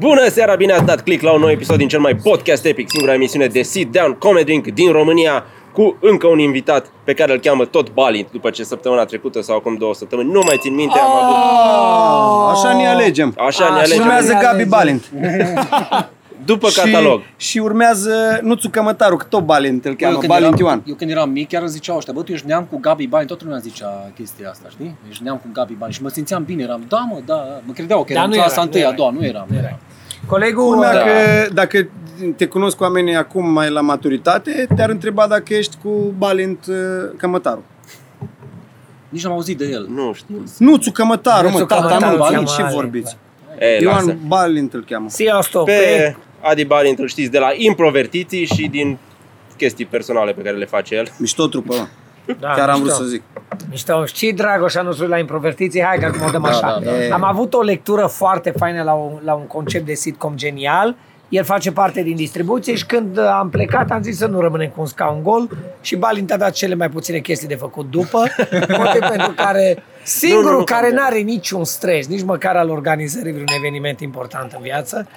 Bună seara, bine ați dat click la un nou episod din cel mai podcast epic, singura emisiune de Sit Down Comedy Drink din România, cu încă un invitat pe care îl cheamă tot Balint, după ce săptămâna trecută sau acum două săptămâni, nu mai țin minte, am Ah, avut... Așa ne alegem. Așa ne Așa. alegem. Urmează ne Gabi alegem. Balint. După catalog. Și, și urmează Nuțu Cămătaru, că tot Balint îl cheamă, eu, când Balint eram, Ioan. eu când eram mic, chiar îmi ziceau ăștia, bă, tu ești neam cu Gabi Bani, toată lumea zicea chestia asta, știi? Ești neam cu Gabi Bani și mă simțeam bine, eram, da mă, da, mă credeau că Dar eram nu clasa erai, întâi, nu a erai. doua, nu eram. Nu eram. Colegul Urmea da. că dacă te cunosc cu oamenii acum mai la maturitate, te-ar întreba dacă ești cu Balint uh, Cămătaru. Nici n-am auzit de el. Nu știu. Nuțu Cămătaru, mă, Nuțu tata, nu, Cămătaru, Balint, cheamă ce Balint, vorbiți? E, lasă. Ioan Balint îl cheamă. Sia stop Pe pe... Adi Balint îl știți de la Improvertiții și din chestii personale pe care le face el. Mișto trupă, mă. Da, Chiar am vrut mișto. să zic. Mișto. Și Dragoș a nostru la Improvertiții, hai că acum o dăm așa. da, da. Am avut o lectură foarte faină la un, la un concept de sitcom genial. El face parte din distribuție și când uh, am plecat am zis să nu rămânem cu un scaun gol și Balint a dat cele mai puține chestii de făcut după, motiv pentru care singurul Nu, nu, nu, care nu. nu are niciun stres, nici măcar al organizării vreun eveniment important în viață,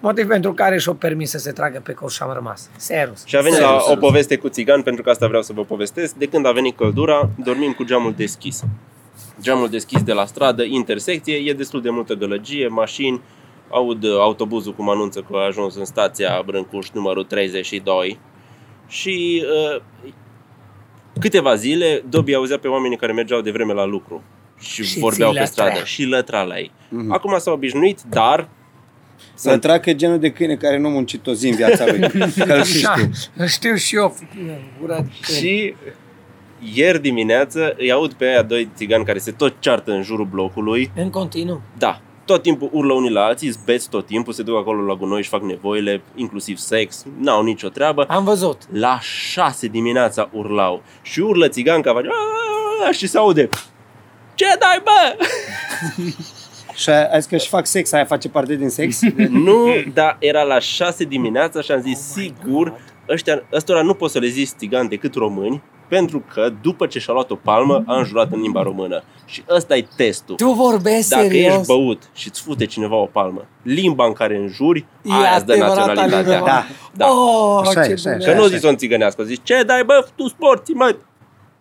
motiv pentru care și-o permis să se tragă pe coș și am rămas. Serios. Și a venit Serios, la o serios. poveste cu țigan, pentru că asta vreau să vă povestesc. De când a venit căldura, dormim cu geamul deschis. Geamul deschis de la stradă, intersecție, e destul de multă gălăgie, mașini, aud uh, autobuzul cum anunță că a ajuns în stația Brâncuș numărul 32 și uh, câteva zile Dobi auzea pe oamenii care mergeau de vreme la lucru și, Și vorbeau ți pe lătrea. stradă și lătra la ei. Acum s-a obișnuit, dar Să tracă genul de câine care nu a muncit o zi în viața lui. Că îl și știu. Așa, știu și eu. Gura de câine. Și ieri dimineață îi aud pe aia doi țigani care se tot ceartă în jurul blocului. În continuu. Da, tot timpul urlă unii la alții, zbeți tot timpul, se duc acolo la gunoi și fac nevoile, inclusiv sex, n-au nicio treabă. Am văzut. La 6 dimineața urlau și urlă țiganca face "Aaaa!" și se aude ce dai bă? Și a a zis că și fac sex, aia face parte din sex? nu, dar era la 6 dimineața și am zis oh sigur, ăștia, ăstora nu poți să le zici țigani decât români, pentru că după ce și-a luat o palmă, a înjurat în limba română. Și ăsta e testul. Tu vorbești Dacă serios? ești băut și îți fute cineva o palmă, limba în care înjuri, E aia îți dă adevărata naționalitatea. limba. Da. da. Oh, Așa ce e, așa e, bun. Că așa nu zici o țigănească, zici, ce dai bă, tu sporții, mă,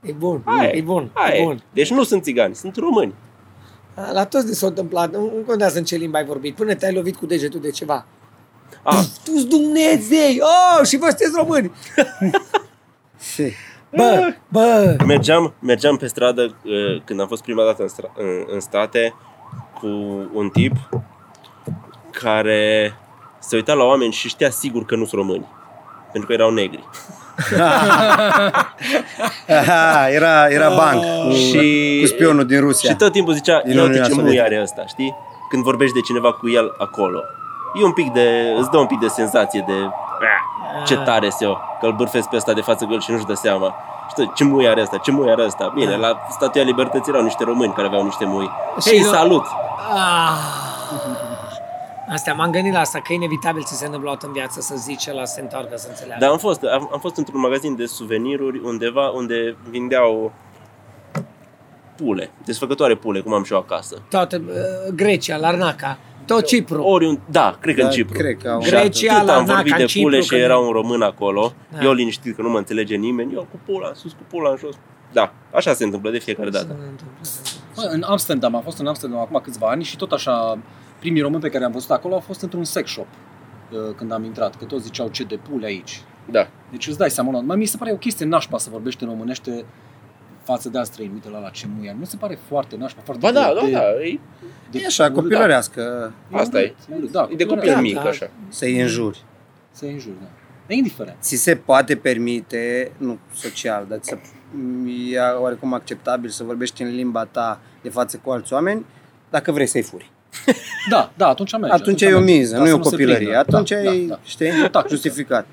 E bun, Aia e bun, aia e e. bun. Deci nu sunt țigani, sunt români. La toți ne s-a întâmplat, nu nu contează în ce limbă ai vorbit, până te-ai lovit cu degetul de ceva. A, Tu-s Dumnezei! Oh, și voi sunteți români! Bă, Ah. bă! mergeam, mergeam pe stradă uh, când am fost prima dată în, stra- în, în state cu un tip care se uita la oameni și știa sigur că nu sunt români. Pentru că erau negri. Aha, era, Oh. era banc cu, Și- cu spionul din Rusia. Și tot timpul zicea, Din ia uite Uniunea ce mâi Sovietică. are ăsta, știi? Când vorbești de cineva cu el acolo. E un pic de, îți dă un pic de senzație de "Ah, ce tare se eu, că îl bârfesc pe ăsta de față cu el și nu-și dă seama. Știi, ce mui are ăsta, ce mui are ăsta. Bine, la Statuia Libertății erau niște români care aveau niște mui. Și Hei, eu- salut! Ah. Asta, m-am gândit la asta, că e inevitabil ce se întâmplă o dată în viață să zice la să se întoarcă, să înțeleagă. Dar am fost, am, am fost într-un magazin de suveniruri undeva unde vindeau pule, desfăcătoare pule, cum am și eu acasă. Toată uh, Grecia, Larnaca, tot Cipru. Oriun, da, cred că în Da, Cipru. cred că au- Și Grecia, atât am Larnaca, vorbit de Cipru, pule că și nu- era un român acolo. Da. Eu liniștit că nu mă înțelege nimeni. Eu cu pula în sus, cu pula în jos. Da, așa se întâmplă de fiecare dată. Bă, în Amsterdam, am fost în Amsterdam acum câțiva ani și tot așa, primii români pe care am văzut acolo au fost într-un sex shop uh, când am intrat, că toți ziceau ce de pule aici. Da. Deci îți dai seama, la- mai mi se pare o chestie nașpa să vorbești în românește față de alți străini, uite la la ce muia. Nu se pare foarte nașpa, foarte Ba da, de, da, de, da. E, de- da. E așa, copilărească, Asta e. urât, Da, e de copil da, mic, da. așa. să-i înjuri. Se înjur, da. E indiferent. Ți se poate permite, nu social, dar ți se, e oarecum acceptabil să vorbești în limba ta de față cu alți oameni, dacă vrei să-i furi. Da, da, atunci merge. Atunci e o merge, miză, ca nu e să o se copilărie. prindă. Atunci da, e, Da, Mhm. da. știi, Tact. justificat.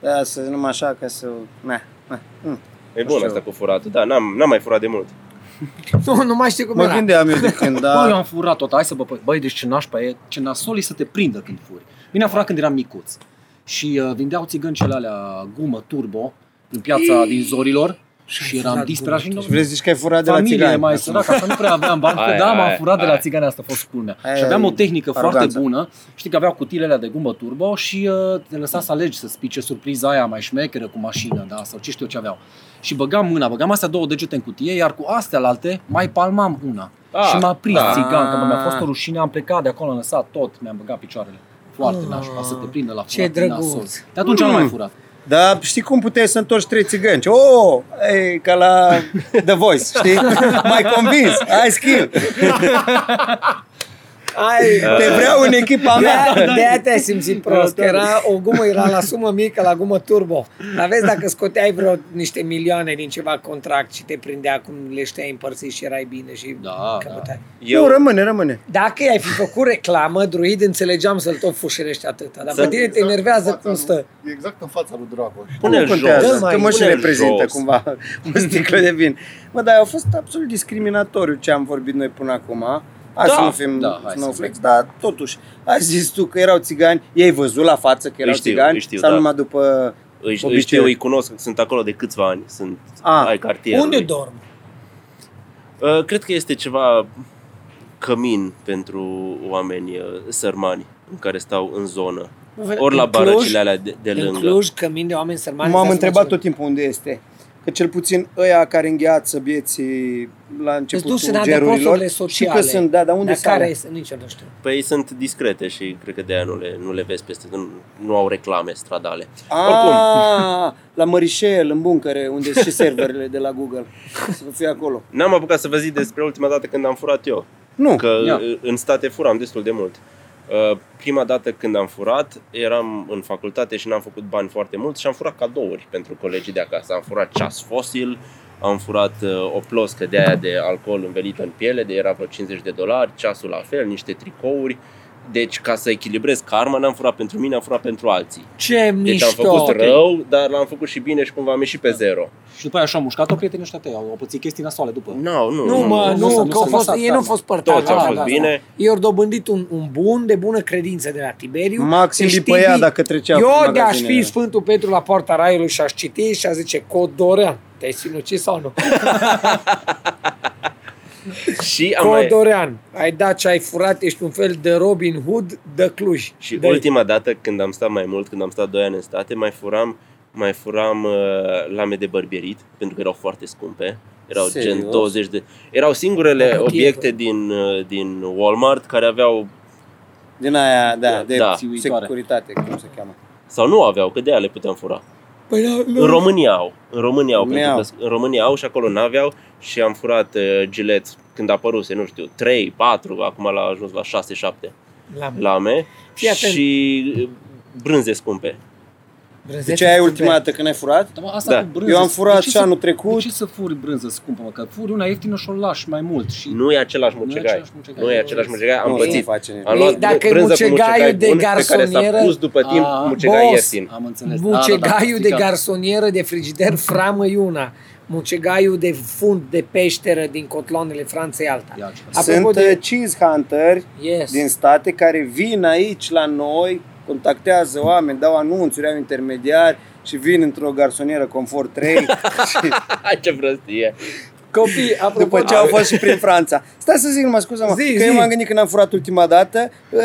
Da, să nu așa ca să... Na, na. mm. E Nu bun știu. asta cu furatul. Da, n-am, n-am mai furat de mult. Nu, nu mai știu cum Mă era. gândeam eu de când, Bă, eu da... am furat tot, hai să bă, băi, deci ce nașpa e, ce nasol e să te prindă când furi. Bine am furat când eram micuț și uh, vindeau țigăncele alea gumă turbo în piața din Zorilor Și eram disperat și nu... Și vrei să zici că ai furat de la Familie țigani. mai acum. săracă, așa nu prea aveam bani, că Aia, da, m-am aia, furat de la aia. țigane, asta a fost culmea. Aia Și aveam e o tehnică foarte aroganța. bună, știi că aveau cutiile alea de gumă turbo și uh, te lăsa să alegi, să-ți pice surpriza aia mai șmecheră cu mașină, da, sau ce știu eu ce aveau. Și băgam mâna, băgam astea două degete în cutie, iar cu astea la alte mai palmam una. Ah, și m-a prins da. țigan, că bă, mi-a fost o rușine, am plecat de acolo, am lăsat tot, mi-am băgat picioarele. Foarte Ah, nașpa să te prindă la ce furat din drăguț. nasol. De atunci nu am mai Mm. furat. Dar știi cum puteai să întorci trei țigănci? Oh, e ca la The Voice, știi? Mai convins, ai skill, Ai, te vreau în Da. echipa mea. de, de aia te-ai simțit prost, că era o gumă, era la sumă mică, la gumă turbo. Dar vezi, dacă scoteai vreo niște milioane din ceva contract și te prindea cum le știai împărțit și erai bine și Da, căpătai. Eu... Nu, rămâne, rămâne. Dacă i-ai fi făcut reclamă, druid, înțelegeam să-l tot fușerești atâta. Dar pe Să- tine te enervează cum stă. E exact în fața lui Dragoș. Pune-l nu contează, jos, că mă și pune-l reprezintă jos. cumva o sticlă de vin. Mă, dar a fost absolut discriminatoriu ce am vorbit noi până acum. Hai Da, să nu fim da, hai să snowflakes, dar totuși, ai zis tu că erau țigani, ei văzut la față că erau știu, țigani îi știu, sau da. numai după Îi, îi obicei? știu, îi cunosc, sunt acolo de câțiva ani, sunt A, ai cartierului. Unde dorm? Uh, Cred că este ceva cămin pentru oameni uh, sărmani în care stau în zonă. Nu vede- Ori la Păi, în Cluj? barăcile alea de, de lângă. În Cluj, cămin de oameni sărmani. M-am dați-mă întrebat ce- tot timpul unde este. Că cel puțin ăia care îngheață vieții la începutul dus în gerurilor adăposturile și sociale. că sunt, da, dar unde Dar sunt? care alea? este? Nici eu nu știu. Păi sunt discrete și cred că de aia nu le, nu le vezi peste, nu, nu au reclame stradale. Ah, la Mărișel, în buncăre, unde sunt și serverele de la Google. Să fie acolo. N-am apucat să vă zic despre ultima dată când am furat eu. Nu, Că Ia. în state furam destul de mult. Uh, Prima dată când am furat, eram în facultate și n-am făcut bani foarte mult și am furat cadouri pentru colegii de acasă. Am furat ceas fosil, am furat uh, o ploscă de aia de alcool învelită în piele, de era vreo 50 de dolari, ceasul la fel, niște tricouri. Deci ca să echilibrez karma, n-am furat pentru mine, am furat pentru alții. Ce Deci am mișto! făcut rău, dar l-am făcut și bine și cumva am ieșit pe zero. Și după aia așa am mușcat-o, prietenii ăștia tăi, au, au pățit chestii nasoale după. No, nu, Nu, mă, nu s-a- nu, nu că au s-a fost, lăsat, ei da, nu au da. fost părtași. Toți au da, fost da, bine. Da. Ei au dobândit un, un bun de bună credință de la Tiberiu. Maxim Deci Lipăia, Tibi- dacă trecea prin Eu de-aș magazinele. fi Sfântul Petru la poarta Raiului și aș citi și aș zice Cod Dorean. Te-ai sinucis sau nu? Și am mai... Codorean, ai dat ce ai furat, ești un fel de Robin Hood de Cluj. Deci- Și de... de ultima dată când am stat mai mult, când am stat 2 ani în state, mai furam, mai furam uh, lame de bărbierit, pentru că erau foarte scumpe. Erau Serios? Serios? gen 20 de... Erau singurele În cutie, obiecte din, uh, din Walmart care aveau, Din aia, da, de Da. securitate, cum se cheamă. sau nu aveau, că de aia le puteam fura. Păi, da, nu. În România au, în România au, pentru Mi-au. că în România au și acolo n-aveau și am furat uh, gilet când apăruse, nu știu, 3, 4, acum l-a ajuns la 6, 7 La lame Fii atent. și uh, brânze scumpe. brânzețe Deci aia e scumpe. ultima dată când ai furat? Dar, mă, asta Da. cu brânză, Eu am furat de ce și să- anul trecut. De ce să furi brânză scumpă, mă? Că furi una ieftină și o lași mai mult. Și Nu e același Nu e mucegai. același mucegai. Nu e același mucegai. Am Nu, pățit. nu face nimic. Am luat Dacă e brânză cu mucegaiul mucegai de bun, pe care s-a garsonieră, pus după timp A, mucegai boss. ieftin. Am înțeles. Da, Mucegaiul de gar. garsonieră, de frigider, framă e una. Mucegaiul de fund de peșteră din cotloanele Franței alta. Ia, Apropo Sunt de- de... hunteri Yes. din state care vin aici la noi, contactează oameni, dau anunțuri, au intermediari și vin într-o garsonieră Confort 3 și Ce prostie. Copii, apropo, după ce au fost și prin Franța. Stai să zic numai, scuză mă Zi, că zi. eu m-am gândit când am furat ultima dată, uh,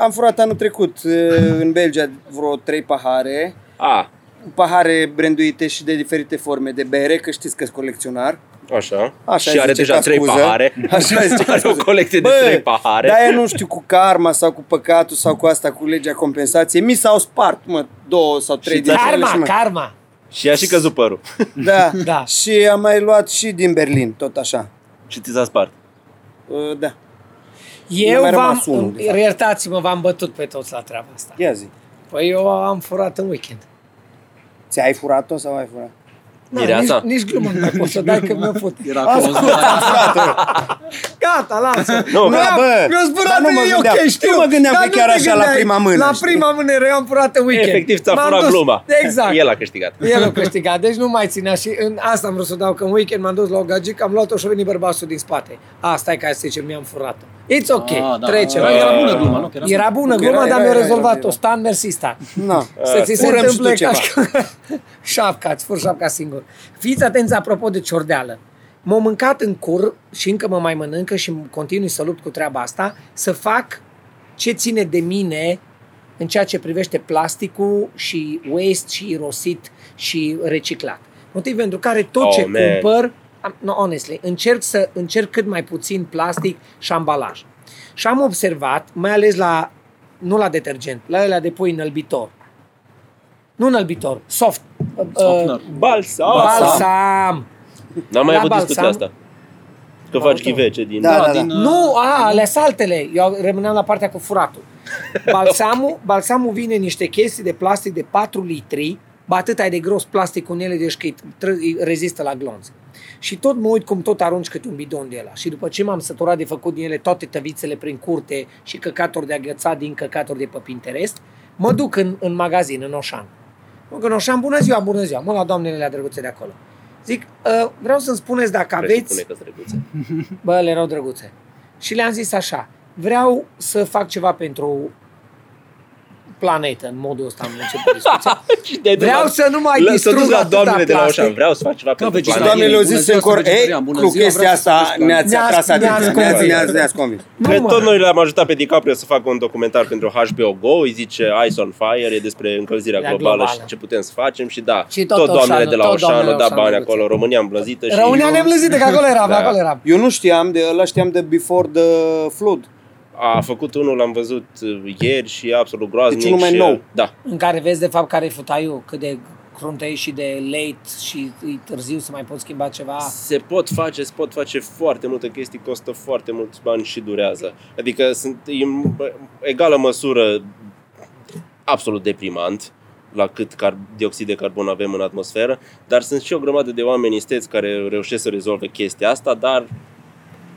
am furat anul trecut uh, în Belgia vreo 3 pahare, A, pahare branduite și de diferite forme de bere, că știți că sunt colecționar. așa. Așa și zice are deja ca trei scuză. pahare. Așa zice ca Are o scuză. colecție de Bă, trei pahare. Dar eu nu știu cu karma sau cu păcatul sau cu asta cu legea compensației. Mi s-au spart, mă, două sau trei din ele și Karma, mă- karma. Și a și căzut părul. Da. Da. da. Și am mai luat și din Berlin, tot așa. Și ți s-a spart. Uh, Da. Eu Mi-a v-am, rămas unul, de fapt. iertați-mă, v-am bătut pe toți la treaba asta. Ia zi. Păi eu am furat în weekend. Ți-ai furat-o sau ai furat? Da, Na, Mireasa? Nici, nici glumă nu mai pot să dai că mi-a fut. Era acolo. Gata, lasă. Nu, Da, bă, mi-a dar zburat, nu mă e gândeam. ok, știu. Nu mă gândeam Dar că nu chiar te așa, la gândeai. prima mână, La știi? prima mână, eu am furat în weekend. Efectiv ți-a M-am furat dus. gluma. Exact. El a câștigat. El a câștigat, deci nu mai ținea și în asta am vrut să dau, că în weekend m-am dus la o gagică, am luat-o și a venit bărbatul din spate. Asta e ca să zicem, mi-am furat It's ok, Ah, da. trecem. Era, era bună Ah. gluma, nu? Că Era, Era bună Era- gluma, era- dar mi-a era- rezolvat-o. era- Stan, mersi, Stan. Na. Să ți se Da. Furăm și tu întâmple ca ceva. șapca, îți fur șapca singur. Fiți atenți apropo de ciordeală. M-am mâncat în cur și încă mă mai mănâncă și continui să lupt cu treaba asta, să fac ce ține de mine în ceea ce privește plasticul și waste și irosit și reciclat. Motiv pentru care tot Oh, ce man. cumpăr, am- no, honestly, încerc să încerc cât mai puțin plastic și ambalaj. Și am observat, mai ales la, nu la detergent, la ăla de pui înălbitor. Nu înălbitor, soft. uh, Softener. Balsam! Balsam. N-am mai La avut discuția balsam. asta. Că faci Auto. ghivece din... Da, da, da. din, Nu, a, alea saltele. Eu rămâneam la partea cu furatul. Balsamul, balsamul vine în niște chestii de plastic de 4 litri, bă, atât ai de gros plastic în ele, deci că îi tr- îi rezistă la glonț. Și tot mă uit cum tot arunci câte un bidon de ăla. Și după ce m-am săturat de făcut din ele toate tăvițele prin curte și căcaturi de agățat din căcaturi de pe Pinterest, mă duc în, în magazin, în Oșan. Mă duc în Oșan, bună ziua, bună ziua, mă la doamnele la drăguțe de acolo. Zic, "Ă, vreau să-mi spuneți dacă Presupune aveți... că-s drăguțe. Bă, le erau drăguțe. Și le-am zis așa, vreau să fac ceva pentru planetă, în modul ăsta am început discuția. Și de-ai dus Vreau la- să nu mai la- să distrug duci la atâta doamnele de la plastic. Oșan. Vreau să fac ceva pentru planetă. vegetarian. Da, Doamne, Doamne, Doamnele eu- au bună zis ziua, în cor, sunt vegetarian, ei, bună cu ziua, chestia vreau să asta faceți ne-ați plantă." atras atenția, Ne-ați- ne-ați ne-ați- convins. ne-ați ne-ați convins. Nu, Cred mă. tot noi l-am ajutat pe DiCaprio să facă un documentar pentru HBO Go, îi zice Ice on Fire, e despre încălzirea La globală, globală. și ce putem să facem și da, Și tot tot, doamnele Oșanul, de la tot Oșan au doamnele dat Oșan, bani drăguț. acolo, România îmblăzită și... Răunea neblăzită, că acolo eram, Da. acolo eram. Eu nu știam, de ăla știam de Before the Flood. A făcut unul, l-am văzut uh, ieri și e absolut groaznic. Deci unul mai și, nou. Da. În care vezi de fapt care e futaiul, cât de cruntă e și de late și e târziu să mai poți schimba ceva. Se pot face, se pot face foarte multe chestii, costă foarte mulți bani și durează. Adică sunt e în egală măsură absolut deprimant la cât car- dioxid de carbon avem în atmosferă, dar sunt și o grămadă de oameni isteți care reușesc să rezolve chestia asta, dar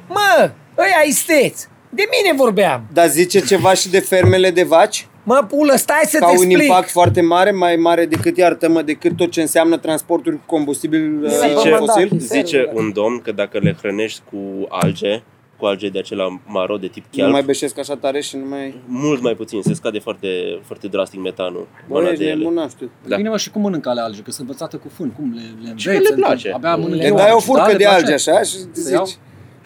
Mă, ăia isteți! De mine vorbeam! Dar zice ceva și de fermele de vaci? Mă, pulă, stai să ca te un explic! impact foarte mare, mai mare decât, iartă-mă, decât tot ce înseamnă transportul cu combustibil uh, zice, fosil? zice un domn că dacă le hrănești cu alge, cu alge de acela maro de tip Nu chiar, mai beșesc așa tare și nu mai... mult mai puțin, se scade foarte, foarte drastic metanul. Bă, Bă, ești de ele. nebun, nu știu. Da. Da. Bine, mă, și cum mănâncă ale alge? Că sunt învățată cu fân. Cum le, le înveți? că le Încă- place. Abia mănâncă Le Eu dai am o oameni. furcă Da, de le place. alge așa și Să iau? zici...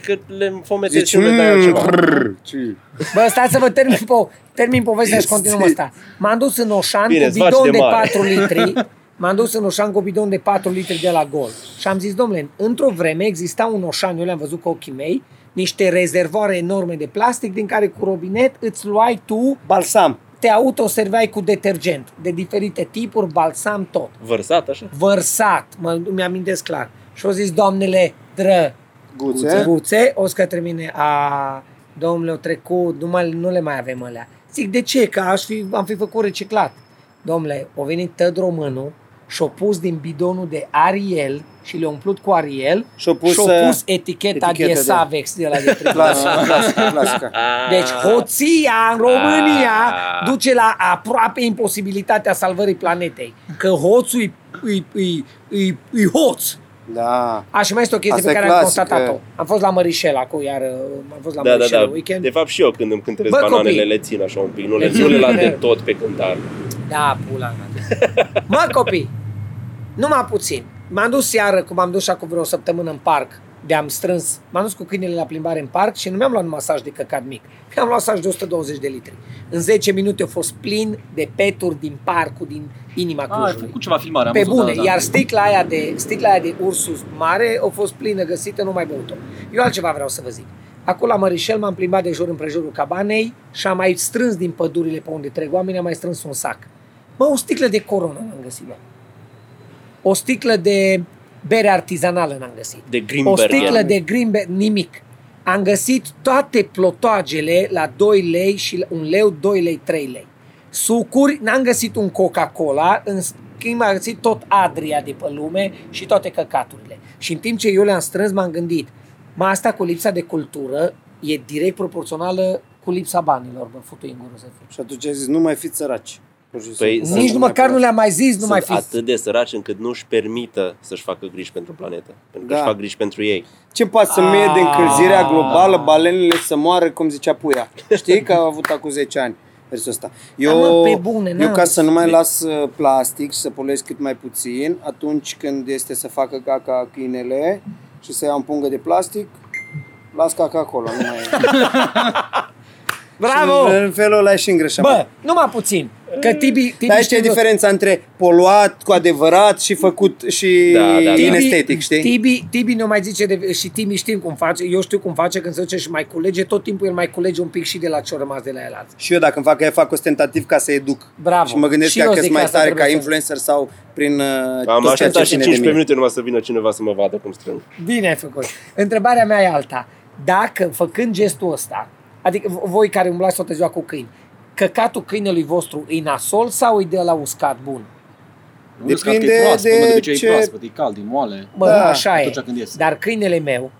că le înfometezi Zici, și le dai "Mm, altceva. brr, ce-i?" Bă, stai să vă termin, po- termin povestea și continuăm asta. M-am dus în Oșan Bine, cu îți faci bidon de, de mare. 4 litri. M-am dus în Oșan cu bidon de 4 litri de la gol. Și am zis, domnule, într-o vreme exista un Oșan, eu le-am văzut cu ochii mei, niște rezervoare enorme de plastic din care cu robinet îți luai tu, Balsam. te autoserveai cu detergent de diferite tipuri, balsam, tot Vărsat, așa? vărsat, mă, mi-amintesc clar. Și au zis, doamnele, dră, Guțe. guțe, o să către mine, a, domnule, o trecut, nu, mai, nu le mai avem alea. Zic, de ce? Că aș fi, am fi făcut reciclat. Domnule, o venit tăd românul și-o pus din bidonul de Ariel și le-a umplut cu Ariel Și-o pus, și-o uh, pus eticheta, eticheta, de da. Savex de la de Clasica, clasica, clasica. deci hoția în România Ah. duce la aproape imposibilitatea salvării planetei. Că hoțul e, e, e, e, e hoț. Da. A, și mai este o chestie Asta pe e care clasică. am constatat-o. Am fost la Mărișel acum, iar uh, am fost la Da, da, Mărișel da. în weekend. De fapt și eu când îmi cântăresc Bă, bananele copii! le țin așa un pic, nu le, Le nu le țin. las de tot pe cântar. Da, pula mea. mă, copii, numai puțin. M-am dus seară, cum am dus și acum vreo săptămână în parc, de am strâns, m-am dus cu câinele la plimbare în parc și nu mi-am luat un masaj de căcat mic. Mi-am luat masaj de 120 de litri. În 10 minute au fost plin de peturi din parcul, din inima Ah, ai Clujului. făcut ceva filmare. am Pe văzut, bune, da, da. iar sticla aia, de, sticla aia de Ursus mare a fost plină găsită, nu mai băut-o. Eu altceva vreau să vă zic. Acolo la Mărișel m-am plimbat de jur împrejurul cabanei și am mai strâns din pădurile pe unde trec oamenii, am mai strâns un sac. Mă, o sticlă de corona n-am găsit, bă. O sticlă de bere artizanală n-am găsit. De O Grimberg. sticlă de Greenberg, nimic. Am găsit toate plotoagele la 2 lei și la 1 leu, 2 lei, 3 lei. Sucuri, n-am găsit un Coca-Cola, în schimb am găsit tot Adria de pe lume și toate căcaturile. Și în timp ce eu le-am strâns, m-am gândit, mă, asta cu lipsa de cultură e direct proporțională cu lipsa banilor, bă, futu în gură să fiu. Și atunci ai zis, nu mai fiți săraci. Păi, sunt- Nici nu măcar nu le-am mai zis, nu sunt mai fi. atât de săraci încât nu își permită să-și facă griji pentru planetă. Pentru că Da. își fac griji pentru ei. Ce poate să mie de Ah. încălzirea globală, balenele să moară, cum zicea puia. Știi că a avut acum 10 ani versul ăsta. Eu, Da, mă, pe bune, eu n-am ca zis. să nu mai las uh, plastic și să poluez cât mai puțin, atunci când este să facă caca câinele și să iau în pungă de plastic, las caca acolo. Nu mai... Bravo! Și În felul ăla e și îngrășăm. Bă, numai puțin. Că Tibi, Tibi Dar aici știu e că- diferența între poluat cu adevărat și făcut și Da, da, da. inestetic, știi? Tibi, Tibi nu mai zice de, și Tibi știm cum face, eu știu cum face când se duce și mai culege, tot timpul el mai culege un pic și de la ce-o rămas de la el azi. Și eu dacă îmi fac aia, fac ostentativ ca să educ. Bravo. Și mă gândesc Și că eu sunt zic mai că asta tare ca trebuie să- influencer sau prin uh, Am tot ceea ce așteptat și ține de 15 mine. minute numai să vină cineva să mă vadă cum strâng. Bine ai făcut. Întrebarea mea e alta. Dacă, făcând gestul ăsta, adică v- voi care umblați toată ziua cu câini, căcatul câinelui vostru e nasol sau e de la uscat bun? Depinde de de, de ce... ce- e proaspăt, e cald, e moale. Bă, Da, da, așa e. atunci când Păi- ies. Dar câinele meu,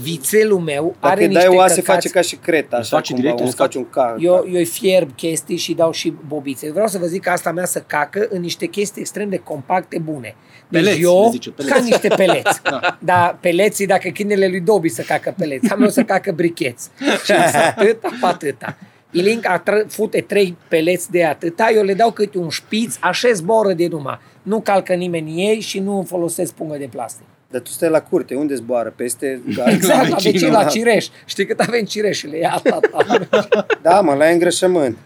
vițelul meu, Dacă are îi dai niște oase, căcați. face ca și creta, așa face cumva, direct direct, un un scat. faci un car. Eu, Da. eu îi fierb chestii și dau și bobițe. Vreau să vă zic că asta mea să cacă în niște chestii extrem de compacte, bune. Deci Peleți, eu, le zice, peleți. ca niște peleți. da. Dar peleții, dacă chinele lui Dobi să cacă peleți, am eu să cacă bricheți. Și îmi sunt atâta, pe atâta. Ilinca tră- fute trei peleți de atâta, eu le dau câte un șpiț, așa zboară de numai. Nu calcă nimeni în ei și nu folosesc pungă de plastic. Dar tu stai la curte, unde zboară? Peste? Da, Exact, la, vecin, la, la cireș. Știi cât avem cireșele? Ia, ta, ta. Da, mă, la e îngrășământ.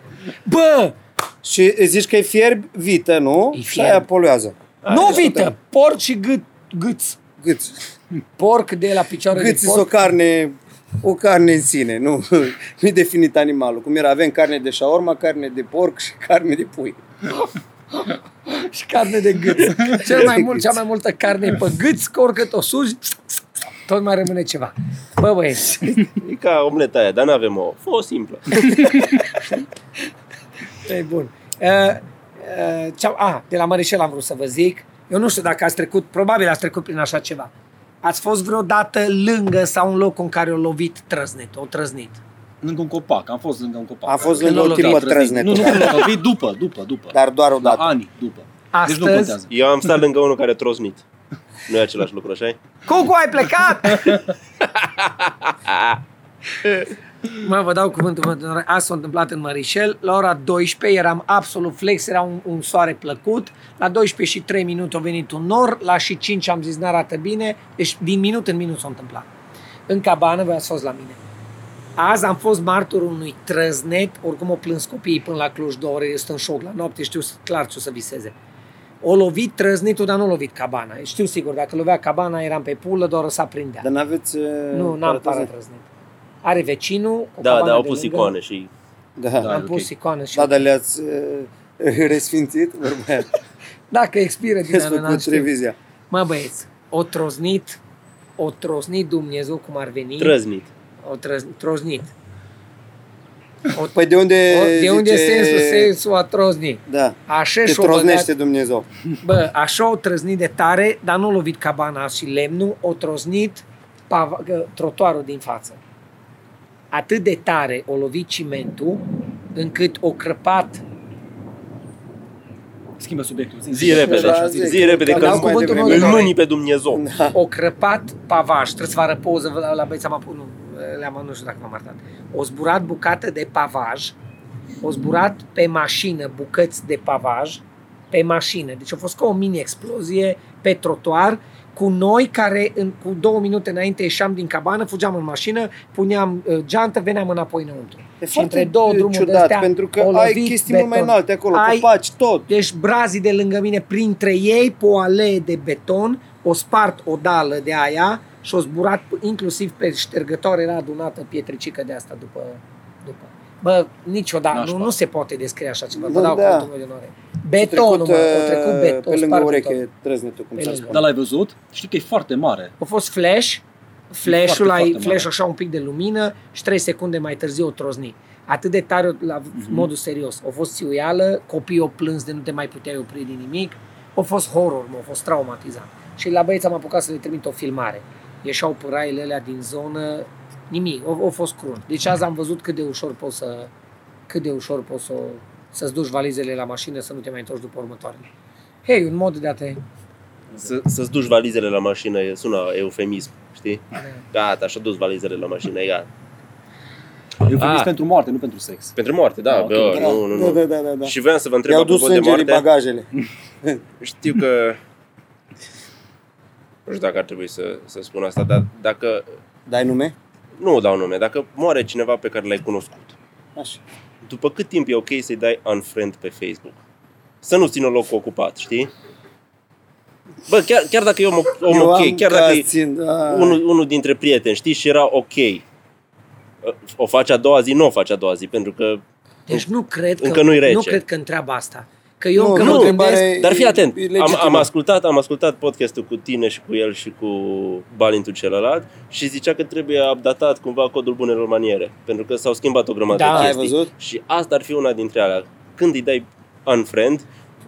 Bă, Și îi zici că e fierb vită, nu? E Și fierb. aia poluează. Nu vită, porc și gât, gâț. Gâț. Porc de la picioare Gâț de este o porc. carne o carne în sine, nu nu definit animalul. Cum era, avem carne de șaorma, carne de porc și carne de pui. Și carne de gâț. Cel mai mult, Gâț. cea mai multă carne e pe gâț, că oricât o sugi, tot mai rămâne ceva. Bă, băieți, E ca omleta aia, dar nu avem o. Fă o simplă. e bun. Uh, uh, cea, a, de la Mărișel am vrut să vă zic. Eu nu știu dacă ați trecut, probabil ați trecut prin așa ceva. Ați fost vreodată lângă sau un loc în care o lovit trăznet, o trăznit. Lângă un copac, am fost lângă un copac. Am fost Când lângă l-au ultimul lovit, a trăznit. trăznetul, Nu, nu, da. când l-au lovit după, după, după. Dar doar o la Da. dată. ani după. Astăzi- Deci nu contează. Eu am stat lângă unul care a troznit. Nu e același lucru, așa e? Cucu, ai plecat! mă, vă dau cuvântul meu. domnule. Asta s-a întâmplat în Mărișel. La ora 12 eram absolut flex, era un, un soare plăcut. La 12 și 3 minute a venit un nor, la și 5 am zis n-arată bine. Deci din minut în minut s-a întâmplat. În cabană, voi ați fost la mine. Azi am fost martorul unui trăznet, oricum o plâns copiii până la Cluj două ore, sunt în șoc la noapte, știu clar ce o să viseze. O lovit trăznitul, dar nu a lovit cabana. Știu sigur, dacă lovea cabana, eram pe pulă, doar să prindea. Dar n-aveți... uh, Nu, n-am paratrăznit. Are vecinul cu Da, cabana dar au de pus lângă. icoane și Da. Da. da. Am ok. pus icoane și... Da, dar le-ați uh, resfințit? Vorba aia. Da, Dacă expiră din Ați anul în an, făcut știu. revizia. Mă băieți, o troznit, o troznit Dumnezeu cum ar veni. trăznit. O trăz- troznit. O, Păi de unde... o, de unde zice- sensul, sensul a troznit? Da. Așa Te și-o băgat, troznește Dumnezeu. bă, așa o trăznit de tare, dar nu a lovit cabana și lemnul, o troznit pav- că- trotuarul din față. Atât de tare o lovit cimentul, încât o crăpat Schimbă subiectul. zi. Zi repede, Da, zi, zic. zi repede, Da, că dau îl- cuvântul meu îl de noi. mâni pe Dumnezeu. o crăpat pavaj, trebuie să vă arăt poză, vă- la, la băieți am apus, nu, le-am, nu știu dacă m-am arătat. O zburat bucată de pavaj, o zburat pe mașină bucăți de pavaj, pe mașină. Deci a fost ca o mini-explozie pe trotuar, cu noi care în, cu două minute înainte ieșeam din cabană, fugeam în mașină, puneam uh, geantă, veneam înapoi înăuntru. E și foarte uh, între două drumuri de ciudat, astea, pentru că o ai lovit chestii beton. mult mai înalte acolo, Ai- copaci, tot. Deci brazii de lângă mine, printre ei, pe o alee de beton, o spart o dală de aia și o zburat p- inclusiv pe ștergătoare, era adunată pietricică de asta după... după. Bă, niciodată, Nașpa. nu, nu se poate descrie așa ceva, vă Bă, dau da. cuvântul meu de onoare. Betonul, mă, uh, o trecut beton, Pe lângă spart ureche beton. trăznetul, cum Pe s-ar lângă. spune. Dar Da, l-ai văzut? Știi că e foarte mare. A fost flash, flash-ul, foarte ai, mare. flash așa un pic de lumină și 3 secunde mai târziu o trozni. Atât de tare, la mm-hmm. Mhm. modul serios. A fost siuială, copiii au plâns de nu te mai puteai opri din nimic. A fost horror, mă, a fost traumatizant. Și la băieți am apucat să le trimit o filmare. Ieșeau pâraile alea din zonă, nimic, a, a fost crunt. Deci azi am văzut cât de ușor poți să, cât de ușor poți să o să-ți duci valizele la mașină să nu te mai întorci după următoarele. Hei, un mod de a te... Să, să-ți duci valizele la mașină e- sună eufemism, știi? Da. Gata, și-a dus valizele la mașină, e gata. Eu Ah. vorbesc pentru moarte, nu pentru sex. Pentru moarte, da, Ah, da ok. bă, nu, nu, nu. Da, da, da, da, da. Și vreau să vă întreb I-au dus apropo de sângerii moarte. bagajele. Știu că... Nu știu dacă ar trebui să, să spun asta, dar dacă... Dai nume? Nu dau nume, dacă moare cineva pe care l-ai cunoscut, Așa. după cât timp e ok să-i dai unfriend pe Facebook? Să nu țină locul ocupat, știi? Bă, chiar, chiar dacă e om, om Eu ok, am chiar dacă e castin, da. unul, unul dintre prieteni, știi, și era ok, o faci a doua zi, nu o faci a doua zi, pentru că... Deci nu cred că, Încă nu-i rece. nu cred că întreabă asta. Că eu Nu, încă nu, mă întrebarea gândesc... e- Dar fii atent, e am, legitimă. am, ascultat, am ascultat podcastul cu tine și cu el și cu Balintul celălalt și zicea că trebuie updatat cumva codul bunelor maniere, pentru că s-au schimbat o grămadă Da, de ai chestii. văzut? Și asta ar fi una dintre alea. Când îi dai unfriend,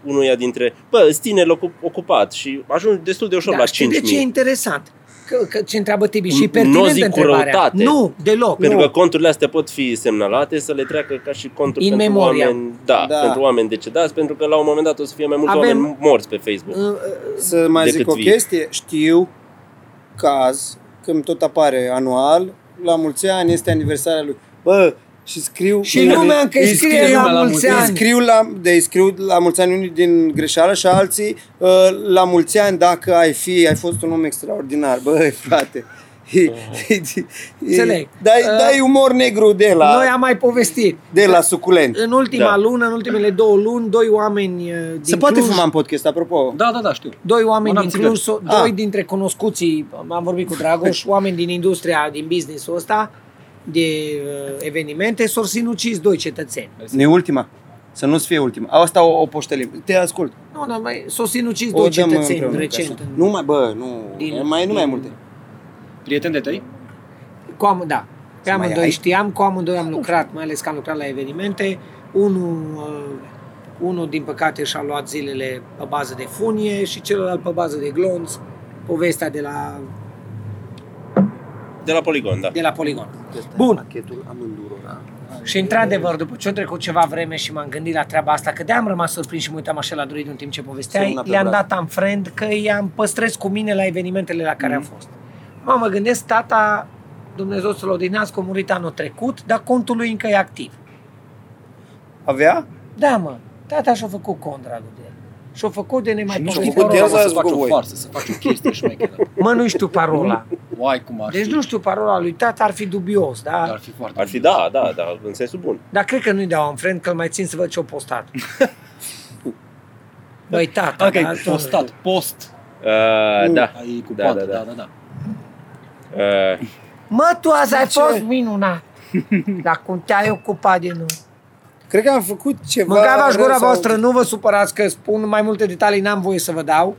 unuia dintre, bă, îți ține locul ocupat și ajungi destul de ușor Da, la știi 5.000. de ce e interesant? Că, că ce întreabă Tibi și Nu e pertinentă zic cu întrebarea. răutate. Nu, deloc. Pentru nu. că conturile astea pot fi semnalate să le treacă ca și conturi In pentru memoria. oameni, da, Da. pentru oameni decedați, pentru că la un moment dat o să fie mai mulți Avem- oameni morți pe Facebook. Uh, Să mai decât zic o vii. chestie, știu caz, când tot apare anual, la mulți ani este aniversarea lui. Bă, și scriu... Și lumea încă îi scrie lumea la la mulți mulți Îi ani. scriu la, de îi scriu la mulți ani unii din greșeală și alții uh, la mulți ani dacă ai fi, ai fost un om extraordinar. Băi, frate. E- e- Înțeleg. Dai, Uh, dai umor negru de la, Noi am mai povestit. de la suculent. În ultima Da. lună, în ultimele două luni, doi oameni uh, din Se poate Cluj, fuma în podcast, apropo. Da, da, da, știu. doi oameni Mâna din cu țigări. Cluj, so- doi Ah. dintre cunoscuții, um, am vorbit cu Dragoș, oameni din industria, din business-ul ăsta, de uh, evenimente, s-au sinucis doi cetățeni. Nu e ultima. Să nu-ți fie ultima. Asta o, o poștelim. Te ascult. Nu, dar mai s-au sinucis O doi dăm cetățeni împreună, recent. ca să- Nu mai, bă, nu. Din- mai, nu mai din- multe. Prieteni de tăi? Cu am, da. Să Pe mai amândoi ai? știam, cu amândoi am lucrat, mai ales că am lucrat la evenimente. Unul, uh, unul din păcate, și-a luat zilele pe bază de funie și celălalt pe bază de glonț. Povestea de la, De la poligon, da. de la poligon. Bun. Pachetul amândurora. Și într-adevăr, după ce a trecut ceva vreme și m-am gândit la treaba asta, că de-am rămas surprins și mă uitam așa la Druid în timp ce povesteai, Semna pe le-am braț. dat am friend că i-am păstrez cu mine la evenimentele la care am fost. Mă, mă gândesc, tata, Dumnezeu să-l odinească, a murit anul trecut, dar contul lui încă e activ. Avea? Da, mă, tata și-a făcut cont, dragul de el. Și-a făcut de nemai Și nu știu, și-au știi, pomenit. făcut dar asta treaba să ați faci făcut o voi. farsă, să faci o chestie șmecheră. Mă, nu știu parola. Uai, cum ar fi. Deci nu știu parola lui tata, ar fi dubios, da? Ar fi foarte Ar fi, da, da, da, în sensul bun. Dar cred că nu-i dau un friend, că-l mai țin să văd ce-o postat. Băi, tata, da, Ok, tu- postat, post. Uh, da. Ai cu Da, poate, da, da, da. da, da. da. Uh, Mă, tu azi ai Ce? fost minunat. Dar cum te-ai ocupat de noi? Cred că am făcut ceva... Mâncava și rău gura sau- voastră, nu vă supărați că spun mai multe detalii, n-am voie să vă dau.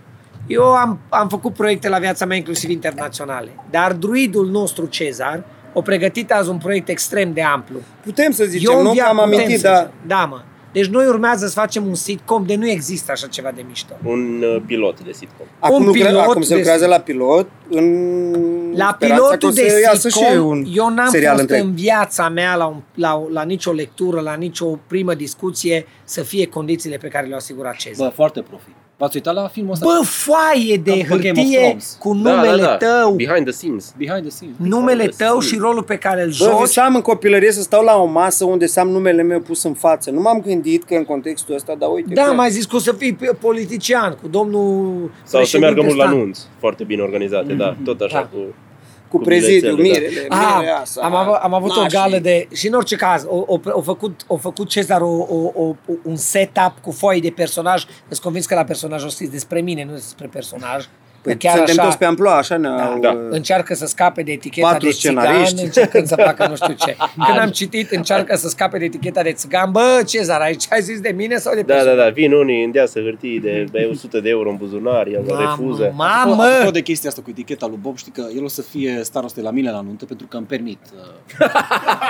Eu am, am făcut proiecte la viața mea, inclusiv internaționale. Dar druidul nostru, Cezar, o pregătit azi un proiect extrem de amplu. Putem să zicem, Eu în nu că viață- am putem amintit, să dar... zicem. Da, mă. Deci noi urmează să facem un sitcom de nu există așa ceva de mișto. un uh, pilot de sitcom. Acum, Un lucră, pilot acum se de- lucrează la pilot în La speranța că pilotul o să de iasă și sitcom, un eu n-am serial fost întreg. în viața mea la, un, la, la nicio lectură, la nicio primă discuție să fie condițiile pe care le-a asigurat Bă, Cezar. foarte profi. V-ați uitat la filmul ăsta? Bă, foaie de Ca pe Game of hârtie Thrones. cu numele da, da, da. tău, Behind the scenes. da. Behind the scenes. numele tău Sim. și rolul pe care îl Bă, joci. visam în copilărie să stau la o masă unde să am numele meu pus în față. Nu m-am gândit că în contextul ăsta, dar uite Da, că... mai zis că o să fii pe- politician cu domnul Sau să meargă mult la Stan. nunți. Foarte bine organizate, da. Tot așa Da. cu... cu cu prezidiu, bilețele, da. mirele, Ah, mirea asta. am, av- am avut o nașii. gală de... Și în orice caz, o, o, o făcut, o făcut Cezar o, o, o, un setup cu foi de personaj. Sunt convins că la personaj o scris despre mine, nu despre personaj. Că Păi chiar suntem așa... toți pe amploa, așa ne-au... Da. încearcă să scape de eticheta Patru de țigan, scenariști. încercând să facă nu știu ce. Când am citit, încearcă să scape de eticheta de țigan. Bă, Cezar, aici ai zis de mine sau de Da, personaj? da, da. Vin unii, îndeasă hârtii de bă, 100 de euro în buzunar, el da, o refuză. Mm-hmm. Mamă, Apropo, apropo mamă! de chestia asta cu eticheta lui Bob, știi că el o să fie starostă la mine la nuntă pentru că îmi permit uh,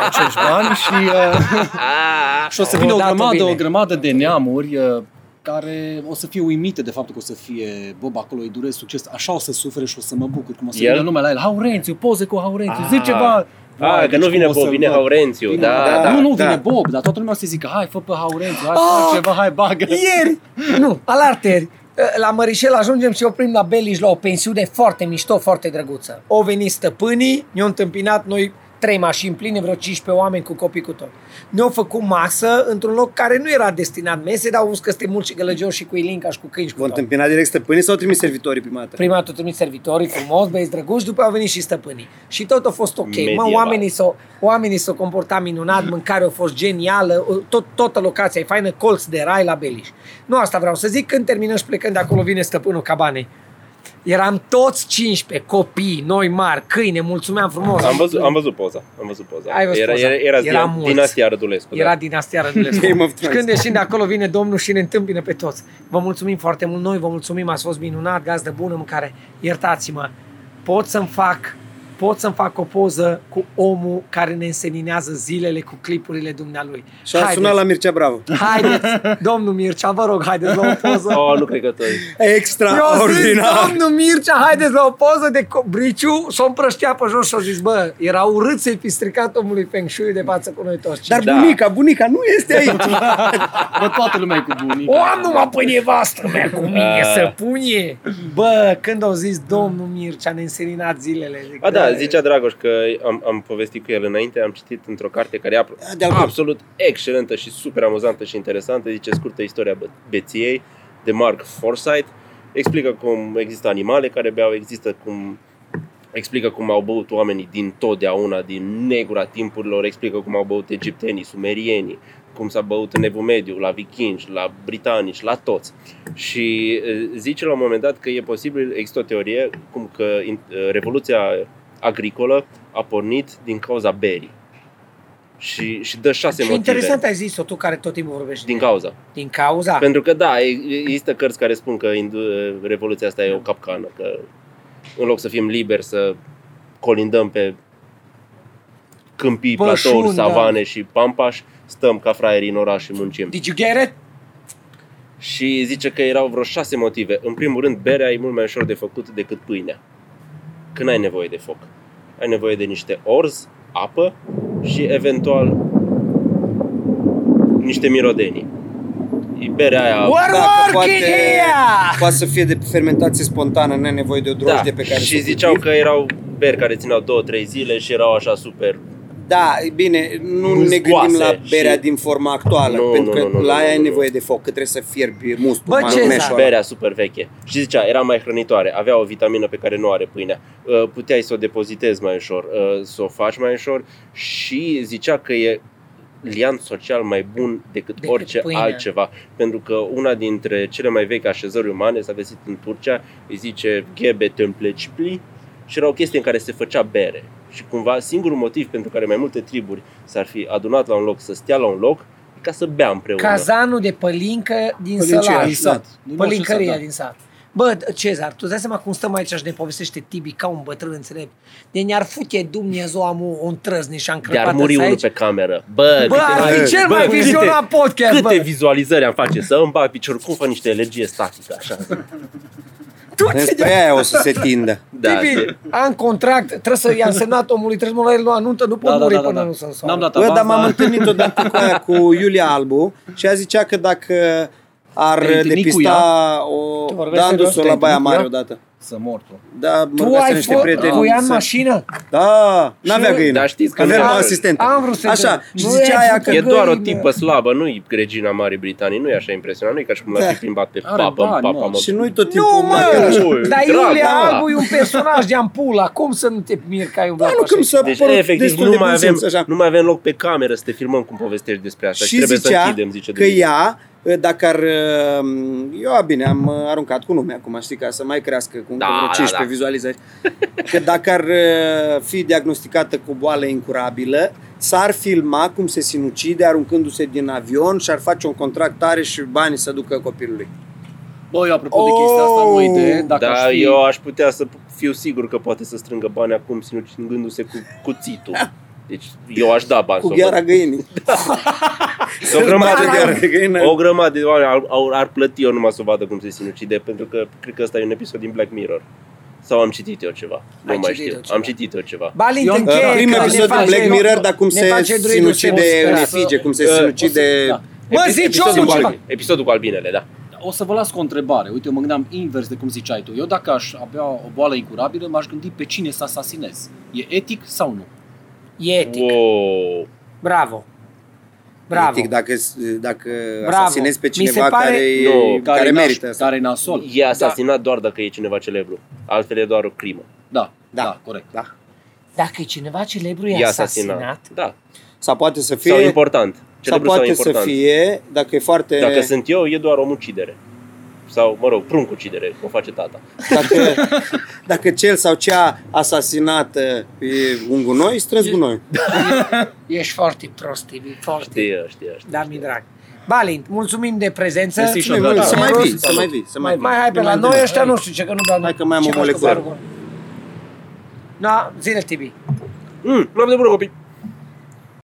acești bani și, uh, și o să vină o Odată grămadă, bine. o grămadă de neamuri uh, care o să fie uimite de faptul că o să fie Bob acolo, îi durez succes, așa o să sufere și o să mă bucur cum o să El? vină lumea la el. Haurențiu, poze cu Haurențiu, Ah. zi ceva, A, Vai, că nu deci vine cum o Bob, să-l vine văd? Haurențiu. Vine- Da, da. da. nu, nu, da. vine Bob, dar toată lumea o să zică, hai, fă pe Haurențiu, hai, Ah! fă ceva, hai, bagă. Ieri, nu, alarteri, la Mărișel ajungem și oprim la Beliș la o pensiune foarte mișto, foarte drăguță. Au venit stăpânii, ne-au întâmpinat noi trei mașini pline, vreo 15 oameni cu copii cu tot. Ne-au făcut masă într-un loc care nu era destinat mese, dar au văzut că suntem mulți și gălăgioși și cu Ilinca și cu câini și Vă cu tot. întâmpina direct stăpânii sau trimis servitorii prima dată? Prima dată au trimis servitorii frumos, băieți drăguți, după au venit și stăpânii. Și tot a fost ok. Mă, Medieval. oamenii s-au oamenii s-au comportat Mhm. minunat, mâncarea a fost genială, o- tot, toată locația e faină, colț de rai la Beliș. Nu asta vreau să zic, când terminăm și plecăm de acolo vine stăpânul cabanei. Eram toți 15, copii, noi mari, câine, mulțumeam frumos. Am văzut, am văzut poza. Am văzut poza. da. Ai văzut era, poza. era, era, Era din- mulți. dinastia Rădulescu. Era da. dinastia Rădulescu. Game of și Thrones. când ieșim de acolo vine Domnul și ne întâmpină pe toți. Vă mulțumim foarte mult noi, vă mulțumim, ați fost minunat, gazdă bună mâncare. Iertați-mă, pot să-mi fac pot să-mi fac o poză cu omul care ne înseninează zilele cu clipurile dumnealui. Și a sunat la Mircea Bravo. haideți, domnul Mircea, vă rog, haideți la o poză. Oh, nu cred că tot. Eu zic, Extraordinar! domnul Mircea, haideți la o poză de co- briciu, s-o împrăștea pe jos și a zis, bă, era urât să-i fi stricat omului Feng Shui de față cu noi toți. Dar Da. bunica, bunica nu este aici. Bă, toată lumea e cu bunica. O am numai pe nevastă mea cu mine Ah. să pune. Bă, când au zis domnul Mircea, ne înseninat zilele. Zic, A, da, zicea Dragoș că am, am povestit cu el înainte, am citit într-o carte care e apro- De-al meu. absolut excelentă și super amuzantă și interesantă, zice scurtă istoria bă- beției de Mark Forsyth. Explică cum există animale care beau, există cum explică cum au băut oamenii din totdeauna, din negura timpurilor, explică cum au băut egiptenii, sumerienii, cum s-a băut în Evul Mediu, la vikingi, la britanici, la toți. Și eh, zice la un moment dat că e posibil, există o teorie, cum că in- eh, revoluția agricolă a pornit din cauza berii. Și, și dă șase Și motive interesant ai zis-o tu care tot timpul vorbești. din cauza. Din cauza? Pentru că da, e- există cărți care spun că indu- revoluția asta e o capcană, că în loc să fim liberi să colindăm pe câmpii, Pășuni, platouri, da. savane și pampași, stăm ca fraierii în oraș și muncim. Did you get it? Și zice că erau vreo șase motive. În primul rând, berea e mult mai ușor de făcut decât pâinea. Când ai nevoie de foc. Ai nevoie de niște orz, apă și eventual niște mirodenii. E berea aia We're Dacă working poate- here! Poate să fie de fermentație spontană, n-ai nevoie de o drojdie pe care Da. și să o ziceau că erau beri care țineau 2-3 zile și erau așa super. Da, e bine, nu Mâzgoase ne gândim la și- berea din forma actuală, Nu, pentru nu, că nu, nu, la nu, aia ai nu, nevoie de foc, că trebuie să fierbi mustul. Bă, mai ce exact? mult zac? meșoară. Berea super veche. Și zicea, era mai hrănitoare, avea o vitamină pe care nu are pâinea. Uh, Puteai să o depozitezi mai ușor, uh, să o faci mai ușor și zicea că e liant social mai bun decât, Decât orice pâinea. altceva. Pentru că una dintre cele mai vechi așezări umane s-a găsit în Turcia, îi zice Gebe Templecipli și era o chestie în care se făcea bere. Și cumva singurul motiv pentru care mai multe triburi s-ar fi adunat la un loc, să stea la un loc, e ca să bea împreună. Cazanul de pălincă din Pălincăria sălaș. din sat. da. Din Pălincăria orice sat, da. din sat. Bă, Cezar, tu îți dai seama cum stăm aici și ne povestește Tibi ca un bătrân înțelept. De ne-ar fute Dumnezeu amul un trăzni și am Dar crăpat muri ăsta unul aici. pe cameră. Bă, Bă, câte- ar fi cel mai câte- vizionat podcast, Câte bă. vizualizări am face să îmi bag piciorul, cum fac niște energie statică, așa. Tu Deci ce Pe aia o să se tindă. Da, Tibi, se- am contract, trebuie să i-am semnat omului, trebuie să mă la anuntă, nu pot Da, da, muri da, da, până da. nu sunt soare. N-am dat Bă, avans, dar m-am dar- întâlnit odată cu aia cu Iulia Albu și ea zicea că dacă Te-ai ar întâlnit cu depista o... Tu vorbeai Da, am serios? dus-o Te-ai la Baia întâlnit cu Mare ea? odată. Să mor tu. Da, mă Tu ai niște fost prieteni. cu ea în să- mașină? Da, n-avea Și- găină. Dar știți că Avea nu- o asistentă. Am vrut să Așa, te- și Nu zicea ai aia făcut că... E doar o găină. tipă slabă, nu-i regina Marii Britanii, nu e așa impresionant, nu e ca și cum l-ar Da. fi plimbat pe Are papă, în bani, papa mă. mă. Și nu-i tot timpul... Nu, mă! mă, așa. Ui, Dar drag, Iulia da. Albu e un personaj de ampula. Cum să nu te miri că ai umblat Da, nu, așa? cum să Deci, părut efectiv, destul nu de mai, bun avem, simț, așa. nu mai avem loc pe cameră să te filmăm cum povestești despre asta. Și, și trebuie să zicea închidem, zice că Dumnezeu. ea, ă, dacă ar... ă, Eu, bine, am aruncat cu nume acum, știi, ca să mai crească cu Da, încă vreo da, 15 da. vizualizări. Că dacă ar ă, fi diagnosticată cu boală incurabilă, s-ar filma cum se sinucide aruncându-se din avion și ar face un contract tare și banii să ducă copilului. Bă, eu apropo de chestia asta, am o idee. Dacă da, aș fi... eu aș putea să fiu sigur că poate să strângă bani acum sinucingându-se cu cuțitul. Deci eu aș da bani Cu să o văd. Da. gheara găinii. O grămadă, Bate gheara de găină. de, o grămadă de oameni ar, ar, ar plăti eu numai să vadă cum se sinucide, pentru că cred că ăsta e un episod din Black Mirror. Sau am citit eu ceva? Nu Ai mai citit știu. eu ceva. Am citit eu ceva. Balint Eu am- încheie Cheie da, Primul că ne episod din face- Black ne- Mirror, dar cum ne se face druidul să- sinucide să- în efige, cum se Uh, sinucide... da. Bă, Epi- zici episodul, omul cu ceva. albi- episodul cu albinele, da. O să vă las cu o întrebare. Uite, eu mă gândeam invers de cum ziceai tu. Eu dacă aș avea o boală incurabilă, m-aș gândi pe cine să asasinez. E etic sau nu? E etic. Wow. Bravo. Bravo. Etic, da. dacă, dacă Bravo. asasinezi pe Mi se cineva pare- care, Nu, care, care e naș- merită asta. Care e nasol. E Da. asasinat doar dacă e cineva celebru. Altfel e doar o crimă. Da, Da. da, da corect. Da. Dacă e cineva celebru e asasinat, Da. Sau poate să fie... Sau important. sau Celebru sau, poate să important. fie, dacă e foarte... Dacă sunt eu, e doar omucidere. Sau, mă rog, pruncucidere, o face tata. Dacă, dacă cel sau cea asasinată e un gunoi, strâns gunoi. ești foarte prost, e foarte... Știe, știe, știe. Da, mi drag. Balint, mulțumim de prezență. Mersi și eu, Bine, da, Să da. mai Rost- vii, să mai vii, să mai Mai, vii. mai hai pe la noi ăștia, nu știu ce, că nu beau Hai că mai am o ce faci cu molecură. barul? Da, zile Tibi. Mm, noapte bună, copii!